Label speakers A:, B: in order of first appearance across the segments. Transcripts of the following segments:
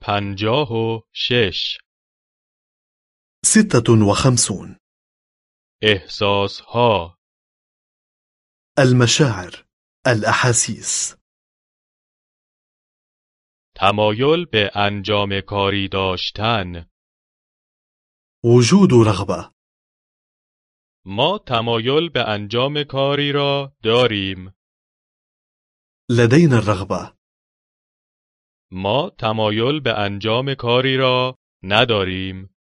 A: پنجاه و شش
B: ستة وخمسون
A: احساس ها
B: المشاعر الأحاسيس
A: تمایل به انجام کاری داشتن
B: وجود رغبة
A: ما تمایل به انجام کاری را داریم
B: لدينا الرغبة
A: ما تمایل به انجام کاری را نداریم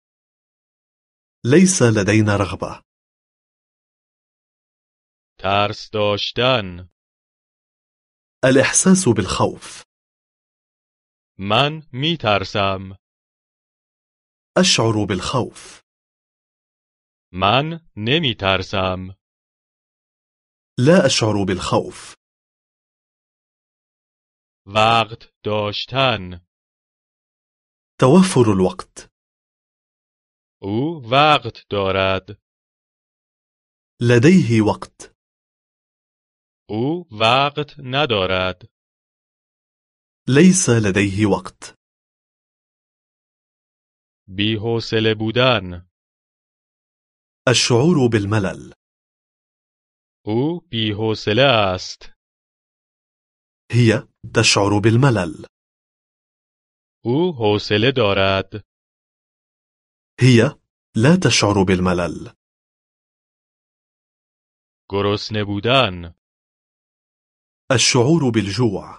B: ليس لدينا رغبة
A: ترس داشتن
B: الإحساس بالخوف
A: من می ترسم
B: أشعر بالخوف
A: من نمی ترسم
B: لا أشعر بالخوف
A: وقت داشتن
B: توفر الوقت
A: او وقت دارد
B: لديه وقت
A: او وقت ندارد
B: ليس لديه وقت
A: بی‌حوصله بودن
B: الشعور بالملل
A: او بی‌حوصله است
B: هي تشعر بالملل
A: او حوصله دارد
B: هي لا تشعر بالملل
A: گرسنه بودن
B: الشعور بالجوع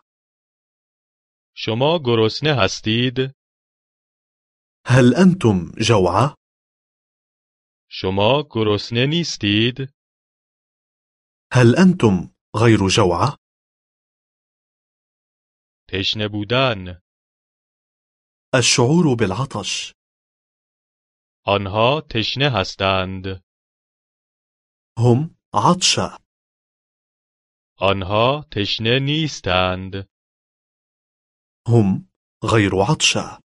A: شما گرسنه هستید
B: هل أنتم جوعى؟
A: شما گرسنه نیستید
B: هل أنتم غير جوعى؟
A: تشنه بودن
B: الشعور بالعطش
A: آنها تشنه هستند
B: هم عطشى
A: آنها تشنه نیستند
B: هم غير عطشى